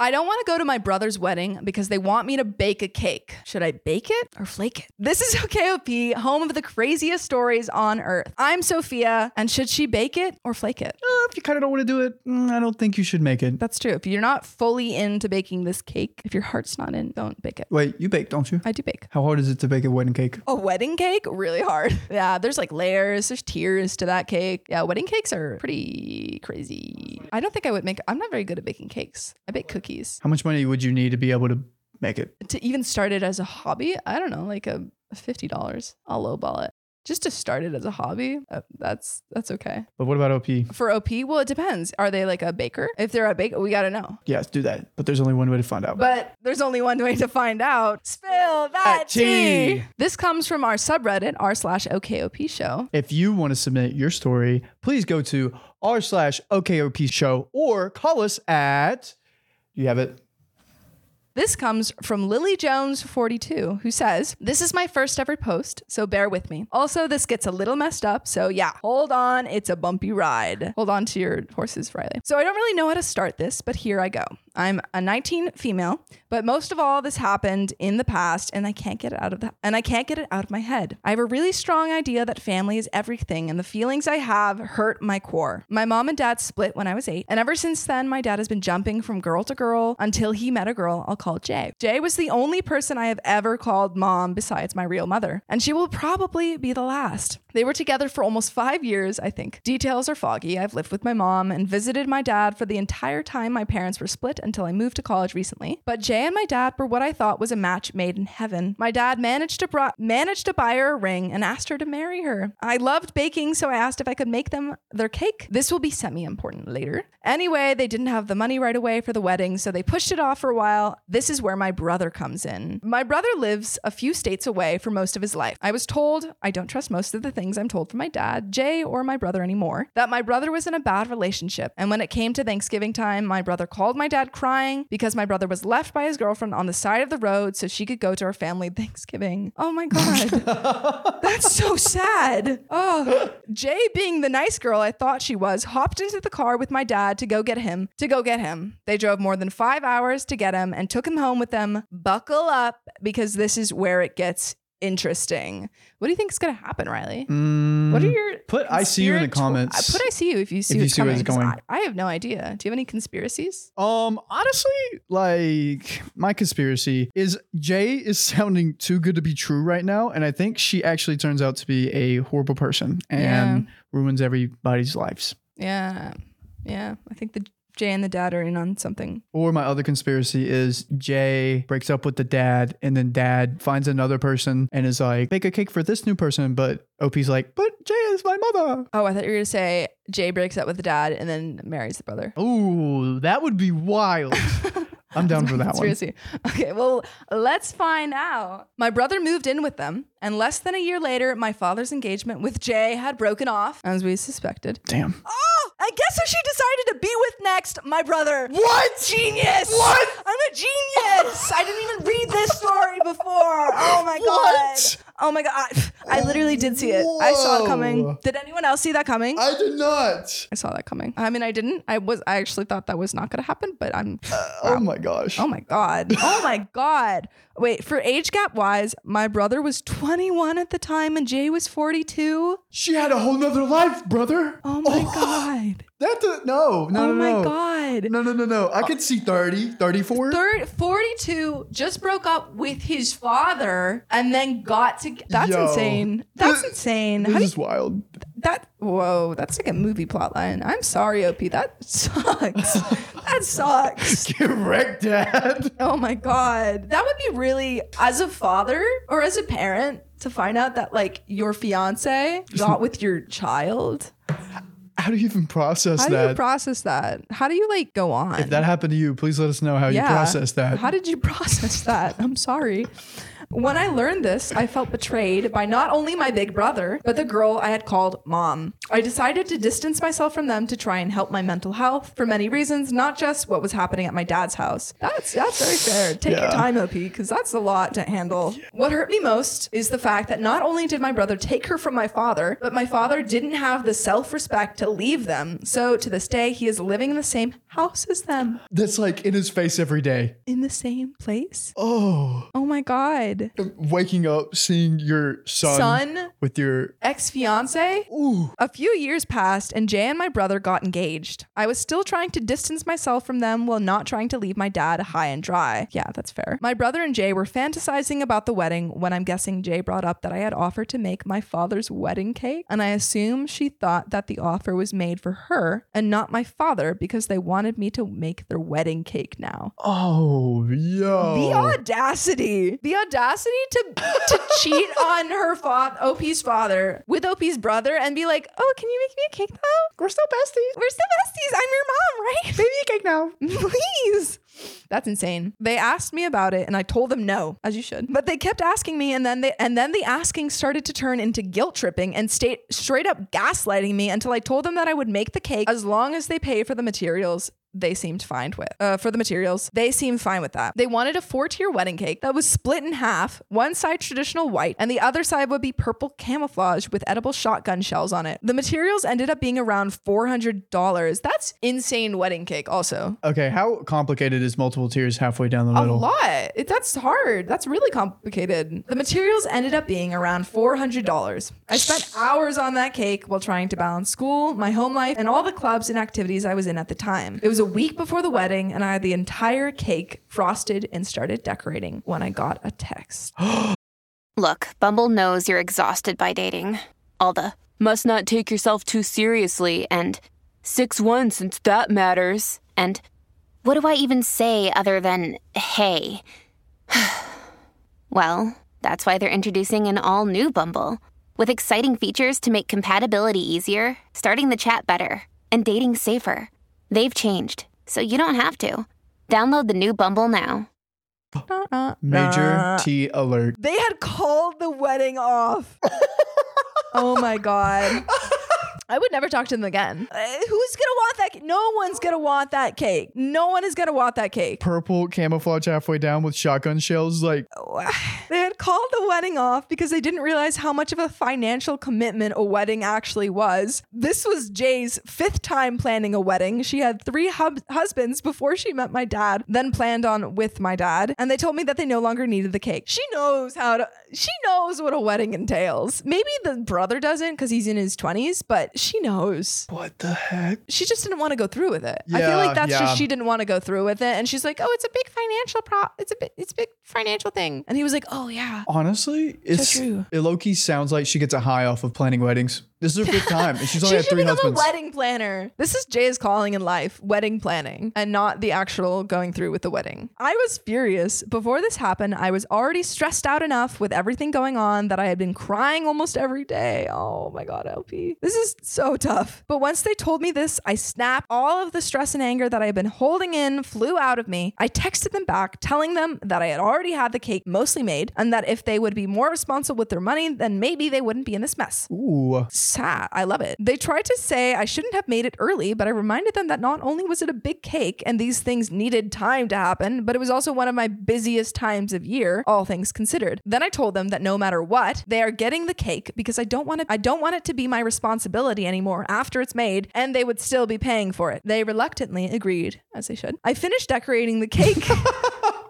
I don't want to go to my brother's wedding because they want me to bake a cake. Should I bake it or flake it? This is OKOP, home of the craziest stories on earth. I'm Sophia, and should she bake it or flake it? Uh, if you kind of don't want to do it, mm, I don't think you should make it. That's true. If you're not fully into baking this cake, if your heart's not in, don't bake it. Wait, you bake, don't you? I do bake. How hard is it to bake a wedding cake? A wedding cake? Really hard. Yeah, there's like layers, there's tiers to that cake. Yeah, wedding cakes are pretty crazy. I don't think I would make, I'm not very good at baking cakes. I bake cookies. How much money would you need to be able to make it? To even start it as a hobby, I don't know, like a $50. I'll lowball it. Just to start it as a hobby, uh, that's that's okay. But what about OP? For OP, well, it depends. Are they like a baker? If they're a baker, we gotta know. Yes, do that. But there's only one way to find out. But there's only one way to find out. Spill that That tea. tea. This comes from our subreddit r slash OKOP show. If you want to submit your story, please go to r slash OKOP show or call us at. Do you have it? This comes from Lily Jones42, who says, This is my first ever post, so bear with me. Also, this gets a little messed up, so yeah, hold on, it's a bumpy ride. Hold on to your horses, Riley. So I don't really know how to start this, but here I go. I'm a 19 female, but most of all this happened in the past and I can't get it out of the and I can't get it out of my head. I have a really strong idea that family is everything and the feelings I have hurt my core. My mom and dad split when I was 8, and ever since then my dad has been jumping from girl to girl until he met a girl I'll call Jay. Jay was the only person I have ever called mom besides my real mother, and she will probably be the last. They were together for almost five years, I think. Details are foggy. I've lived with my mom and visited my dad for the entire time my parents were split until I moved to college recently. But Jay and my dad were what I thought was a match made in heaven. My dad managed to bro- managed to buy her a ring and asked her to marry her. I loved baking, so I asked if I could make them their cake. This will be semi important later. Anyway, they didn't have the money right away for the wedding, so they pushed it off for a while. This is where my brother comes in. My brother lives a few states away for most of his life. I was told I don't trust most of the things I'm told from my dad, Jay, or my brother anymore, that my brother was in a bad relationship. And when it came to Thanksgiving time, my brother called my dad crying because my brother was left by his girlfriend on the side of the road so she could go to her family Thanksgiving. Oh my God. That's so sad. Oh, Jay, being the nice girl I thought she was, hopped into the car with my dad to go get him. To go get him, they drove more than five hours to get him and took him home with them. Buckle up, because this is where it gets interesting. What do you think is going to happen, Riley? What are your Mm, Put I see you in the conspirato- comments. Uh, Put I see you if you see If you what's see where coming. it's 'cause going. I, I have no idea. Do you have any conspiracies? Um, honestly, like my conspiracy is Jay is sounding too good to be true right now, and I think she actually turns out to be a horrible person and ruins everybody's lives. Yeah, yeah. I think the Jay and the dad are in on something. Or my other conspiracy is Jay breaks up with the dad, and then dad finds another person and is like, bake a cake for this new person, but OP's like, but Jay is my mother. Oh, I thought you were going to say Jay breaks up with the dad and then marries the brother. Ooh, that would be wild. I'm down for that one. conspiracy. Okay, well, let's find out. My brother moved in with them, and less than a year later, my father's engagement with Jay had broken off, as we suspected. Damn. Oh, I guess who she decided to be with next? My brother. What? Genius. What? I'm a genius. I didn't even read this story before. Oh my What? god. Oh my god. I literally did see it. I saw it coming. Whoa. Did anyone else see that coming? I did not. I saw that coming. I mean, I didn't. I was. I actually thought that was not going to happen, but I'm. Oh my gosh. Oh my god. Oh my god. Wait, for age gap wise, my brother was 21 at the time and Jay was 42. She had a whole nother life, brother. Oh my god. That's a, no, no, Oh no, my no. god. No, no, no, no. I could see 30, 34. Third, 42 just broke up with his father and then got to That's Yo. insane. That's This- insane. How This do is wild. that whoa, that's like a movie plot line. I'm sorry, OP. That sucks. that sucks. Get wrecked, Dad. Oh my god. That would be really as a father or as a parent to find out that like your fiance got with your child. How do you even process How do that? you process that? How do you like go on? if that happened to you, please let us know how you process that. How did you process that? I'm sorry. When I learned this, I felt betrayed by not only my big brother, but the girl I had called mom. I decided to distance myself from them to try and help my mental health for many reasons, not just what was happening at my dad's house. That's that's very fair. Take your Yeah. time, OP, because that's a lot to handle. What hurt me most is the fact that not only did my brother take her from my father, but my father didn't have the self-respect to leave them. So to this day, he is living in the same house as them, That's like in his face every day. in the same place. Oh, Oh my god. waking up, seeing your son, Son with your ex fiance. ooh, A few years passed, and Jay and my brother got engaged. I was still trying to distance myself from them while not trying to leave my dad high and dry. Yeah, that's fair. My brother and Jay were fantasizing about the wedding when I'm guessing Jay brought up that I had offered to make my father's wedding cake, and I assume she thought that the offer was made for her and not my father because they wanted me to make their wedding cake now. oh, yo. The audacity. The audacity to to cheat on her father, OP's father, with OP's brother and be like, "Oh, can you make me a cake though? We're still besties. We're still besties. I'm your mom, right?" Baby cake now. Please. That's insane. They asked me about it and I told them no, as you should. But they kept asking me and then they and then the asking started to turn into guilt tripping and state straight up gaslighting me until I told them that I would make the cake as long as they pay for the materials. They seemed fine with uh, for the materials. They seemed fine with that. They wanted a four-tier wedding cake that was split in half. One side traditional white, and the other side would be purple camouflage with edible shotgun shells on it. The materials ended up being around four hundred dollars. That's insane wedding cake. Also, Okay, how complicated is multiple tiers halfway down the a middle? lot. It, that's hard. That's really complicated. The materials ended up being around $400. I spent hours on that cake while trying to balance school, my home life, and all the clubs and activities I was in at the time. It was a week before the wedding, and I had the entire cake frosted and started decorating when I got a text. Look, Bumble knows you're exhausted by dating. All the must not take yourself too seriously and 6 1 since that matters. And what do I even say other than hey? well, that's why they're introducing an all new Bumble with exciting features to make compatibility easier, starting the chat better, and dating safer. They've changed, so you don't have to. Download the new Bumble now. Major T alert. They had called the wedding off. oh my god. I would never talk to them again. Uh, who's gonna want that? Ca- no one's gonna want that cake. No one is gonna want that cake. Purple camouflage halfway down with shotgun shells. Like, They had called the wedding off because they didn't realize how much of a financial commitment a wedding actually was. This was Jay's fifth time planning a wedding. She had three hub- husbands before she met my dad, then planned on with my dad, and they told me that they no longer needed the cake. She knows how to. She knows what a wedding entails. Maybe the brother doesn't because he's in his twenties, but she knows. what the heck? she just didn't want to go through with it. I feel like Yeah, that's yeah. just she didn't want to go through with it, and she's like, "Oh, it's a big financial pro. It's a big, it's a big financial thing." And he was like, "Oh yeah, Honestly, it's true. it low key sounds like she gets a high off of planning weddings. This is her fifth time, and she's only she had should three become husbands. a wedding planner." This is Jay's calling in life: wedding planning, and not the actual going through with the wedding. I was furious before this happened. I was already stressed out enough with everything going on that I had been crying almost every day. Oh my god, LP, this is so tough. But once they told me this, I snapped. All of the stress and anger that I had been holding in flew out of me. I texted them back, telling them that I had already had the cake mostly made, and that if they would be more responsible with their money, then maybe they wouldn't be in this mess Ooh, sad. I love it. They tried to say I shouldn't have made it early, but I reminded them that not only was it a big cake and these things needed time to happen, but it was also one of my busiest times of year, all things considered. Then I told them that no matter what, they are getting the cake because I don't want it I don't want it to be my responsibility anymore after it's made, and they would still be paying for it. They reluctantly agreed, as they should. I finished decorating the cake.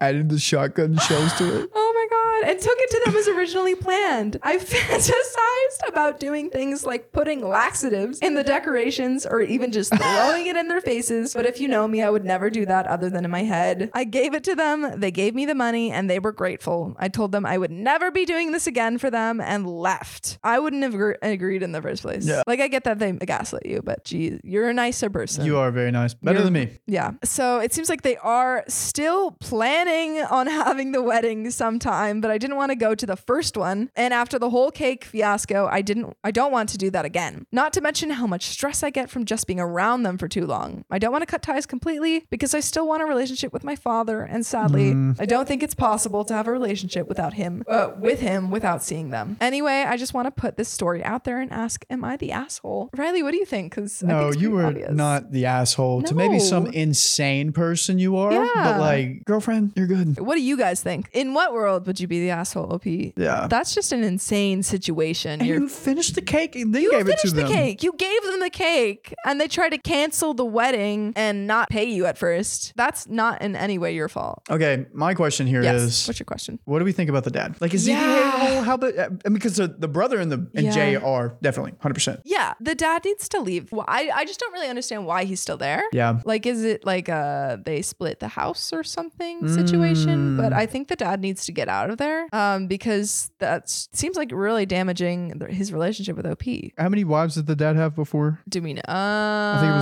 added the shotgun shells to it. Oh my God. And took it to them as originally planned. I fantasized about doing things like putting laxatives in the decorations or even just throwing it in their faces. But if you know me, I would never do that other than in my head. I gave it to them. They gave me the money and they were grateful. I told them I would never be doing this again for them and left. I wouldn't have gr- agreed in the first place. Yeah. Like, I get that they gaslit you, but geez, you're a nicer person. You are very nice, better You're- than me. Yeah. So it seems like they are still planning on having the wedding sometime, but I I didn't want to go to the first one. And after the whole cake fiasco, I didn't I don't want to do that again. Not to mention how much stress I get from just being around them for too long. I don't want to cut ties completely because I still want a relationship with my father and sadly, Mm. I don't think it's possible to have a relationship without him uh, with him without seeing them. Anyway, I just want to put this story out there and ask am I the asshole? Riley, what do you think? Cuz I think No, it's you pretty were obvious. not the asshole to maybe some No. insane person you are, Yeah. but like, girlfriend, you're good. What do you guys think? In what world would you be the asshole, OP? Yeah. That's just an insane situation. And You're you finished the cake and then You gave it finished the to them. cake. You gave them the cake, and they tried to cancel the wedding and not pay you at first. That's not in any way your fault. Okay, my question here is. Yes. What's your question? What do we think about the dad? Like, is he the Yeah. a-hole? How about, I mean, because the, the brother and the and Yeah. Jay are definitely 100%. Yeah, the dad needs to leave. Wh- I, I just don't really understand why he's still there. Yeah. Like, is it like uh they split the house or something situation? Mm. But I think the dad needs to get out of there um, because that seems like really damaging th- his relationship with OP. How many wives did the dad have before? Do we know? Um, I think it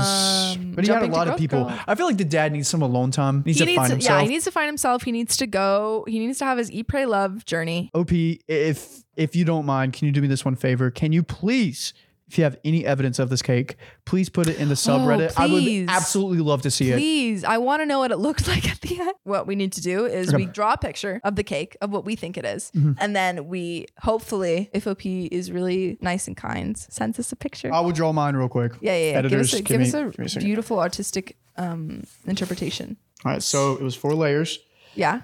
was, but he had a lot of people. I feel like the dad needs some alone time. Needs He to needs find to, yeah, himself. he needs to find himself. He needs to go. He needs to have his eat, pray, love journey. Op, if if you don't mind, can you do me this one favor? Can you please, if you have any evidence of this cake, please put it in the subreddit. I Oh, please. would absolutely love to see it. Please, I want to know what it looked like at the end. What we need to do is Okay. Mm-hmm. we draw a picture of the cake of what we think it is, and then we hopefully, if OP is really nice and kind, sends us a picture. I will draw mine real quick. yeah, yeah, yeah. Editors, give us a, give me- us a give me second. beautiful artistic um, interpretation. All right, so it was four layers. Yeah.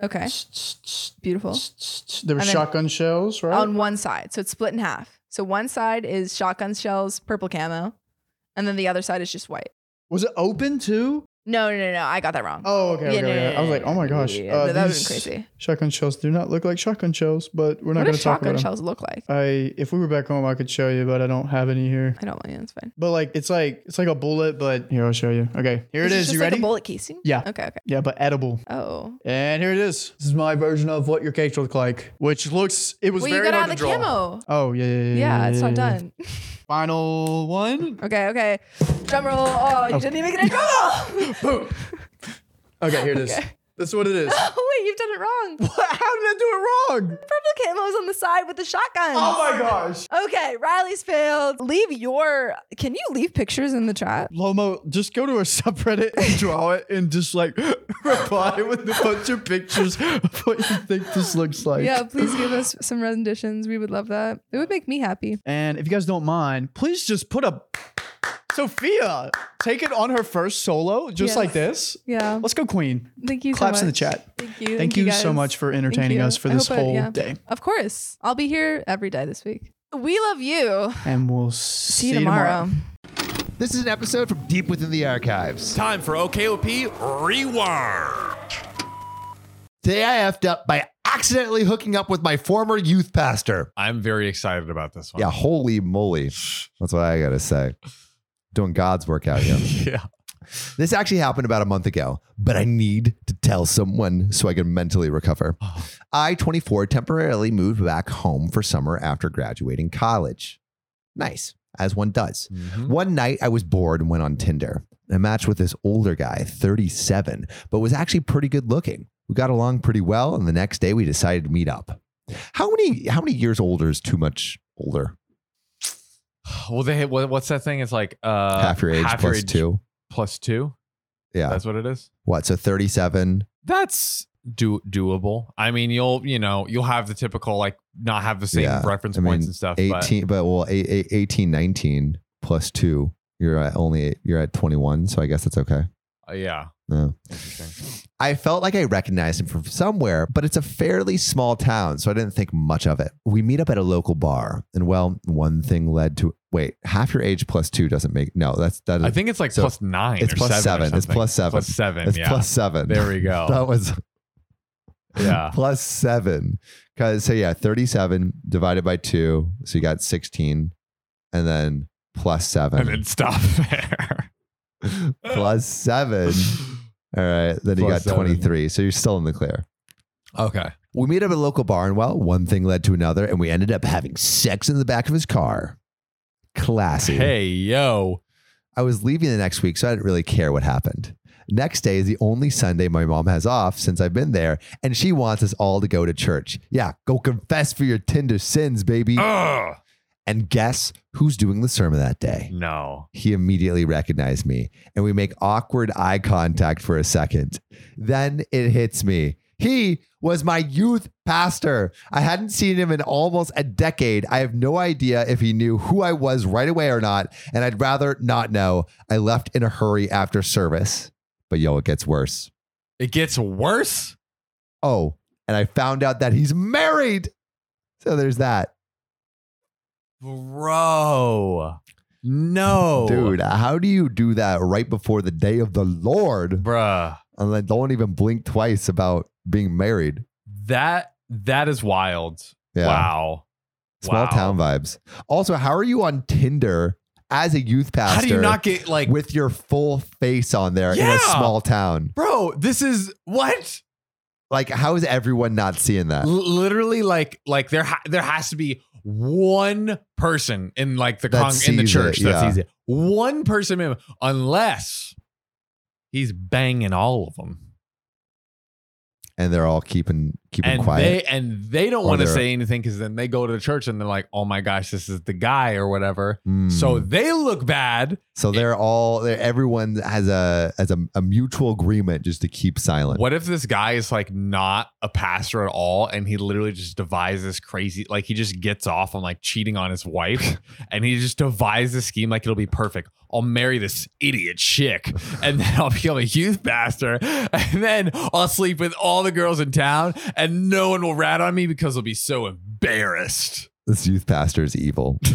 Okay. Beautiful. There were And then- shotgun shells, right? on one side. So it's split in half. So one side is shotgun shells, purple camo, and then the other side is just white. was it open too? No, no, no, no. I got that wrong. Oh, okay, okay, Yeah, no, okay. no, no, I was like, no, oh my no, gosh, yeah, uh, but that would've been these crazy. Shotgun shells do not look like shotgun shells, but we're not what do going to talk shotgun about Oh. them. shells look like? I, if we were back home, I could show you, but I don't have any here. I don't want to. It's fine. But like, it's like it's like a bullet, but here I'll show you. Okay, here This it is. just you like ready? A bullet casing. Yeah. Okay. Okay. Yeah, but edible. Oh. And here it is. This is my version of what your cake looked like, which looks it was Well, you very got out hard of to the draw. Mm. camo. Oh yeah, yeah, yeah. Yeah, it's not yeah, yeah. done. Final one. okay. Okay. Drum roll. Oh, you didn't even get Oh, a drum roll. Boom. Okay, here it is. That's what it is. How did oh wait, you've done it wrong. Purple I do it wrong? camo's on the side with the shotgun. Oh my gosh. Okay, Riley's failed. Leave your. Can you leave pictures in the chat? Lomo, just go to a subreddit and draw it and just like reply with a bunch of pictures of what you think this looks like. Yeah, please give us some renditions. We would love that. It would make me happy. And if you guys don't mind, please just put a Sophia, take it on her first solo, just Yes. like this. Yeah. Let's go, Queen. Thank you so Claps in the much. chat. Thank you. Thank, you, so guys. much for Thank entertaining you. us for I this hope I- whole yeah. day. Of course. I'll be here every day this week. We love you. And we'll See see, you tomorrow. This is an episode from deep within the archives. Time for OKOP Rewind. Today I effed up by accidentally hooking up with my former youth pastor. I'm very excited about this one. Yeah, holy moly. That's what I gotta say. Doing God's work out here. Yeah. This actually happened about a month ago, but I need to tell someone so I can mentally recover. I, 24, temporarily moved back home for summer after graduating college. Nice, as one does. Hmm? One night I was bored and went on Tinder. I matched with this older guy, 37, but was actually pretty good looking. We got along pretty well, and the next day we decided to meet up. How many how many years older is too much older? Well, they what, what's that thing? It's like uh, half your age plus age two. plus two. Yeah. That's what it is. what? So 37. That's do doable. I mean, you'll you know you'll have the typical like not have the same Yeah, reference I mean, points and stuff. but 18 but, well eight- eight- 18 19 plus 2 you're at only you're at 21 so i guess that's okay uh, yeah, no interesting. i felt like i recognized him from somewhere but it's a fairly small town so i didn't think much of it we meet up at a local bar and well one thing led to wait half your age plus 2 doesn't make no that's that is I think it's like Uh, So, plus nine. it's or plus seven. or seven. It's something. plus seven. Plus seven. it's yeah. plus 7 There we go. that was yeah. plus 7 cuz so yeah 37 divided by 2 so you got 16 and then plus 7 And then stop there. plus seven. All right. Then you got Plus seven. 23. So you're still in the clear. Okay. We meet up at a local bar, and well, one thing led to another, and we ended up having sex in the back of his car. Classy. Hey yo. I was leaving the next week, so I didn't really care what happened. Next day is the only Sunday my mom has off since I've been there, and she wants us all to go to church. Yeah, go confess for your Tinder sins, baby. Oh. Ugh. And guess who's doing the sermon that day? No. He immediately recognized me, and we make awkward eye contact for a second. Then it hits me. He was my youth pastor. I hadn't seen him in almost a decade. I have no idea if he knew who I was right away or not, and I'd rather not know. I left in a hurry after service. But yo, it gets worse. It gets worse. Oh, and I found out that he's married. So there's that. Bro. No. Dude, how do you do that right before the day of the Lord? Bruh. and like don't even blink twice about being married. That that is wild. Yeah. Wow. Small Wow. town vibes. Also, how are you on Tinder as a youth pastor? How do you not get like with your full face on there in Yeah. a small town? Bro, this is what? Like, how is everyone not seeing that? L- literally like like there ha- there has to be one person in like the That con- in the sees church it, that yeah. sees it. One person minimum, unless he's banging all of them. And they're all keeping keeping and quiet. they and they don't Or want to they're- say anything because then they go to the church and they're like, "Oh my gosh, this is the guy or whatever." Mm. So they look bad. so they're all they're, everyone has a has a, a mutual agreement just to keep silent. What if this guy is like not a pastor at all, and he literally just devises this crazy, like he just gets off on like cheating on his wife, and he just devises a scheme like it'll be perfect. I'll marry this idiot chick, and then I'll become a youth pastor, and then I'll sleep with all the girls in town, and no one will rat on me because they'll be so embarrassed. This youth pastor is evil.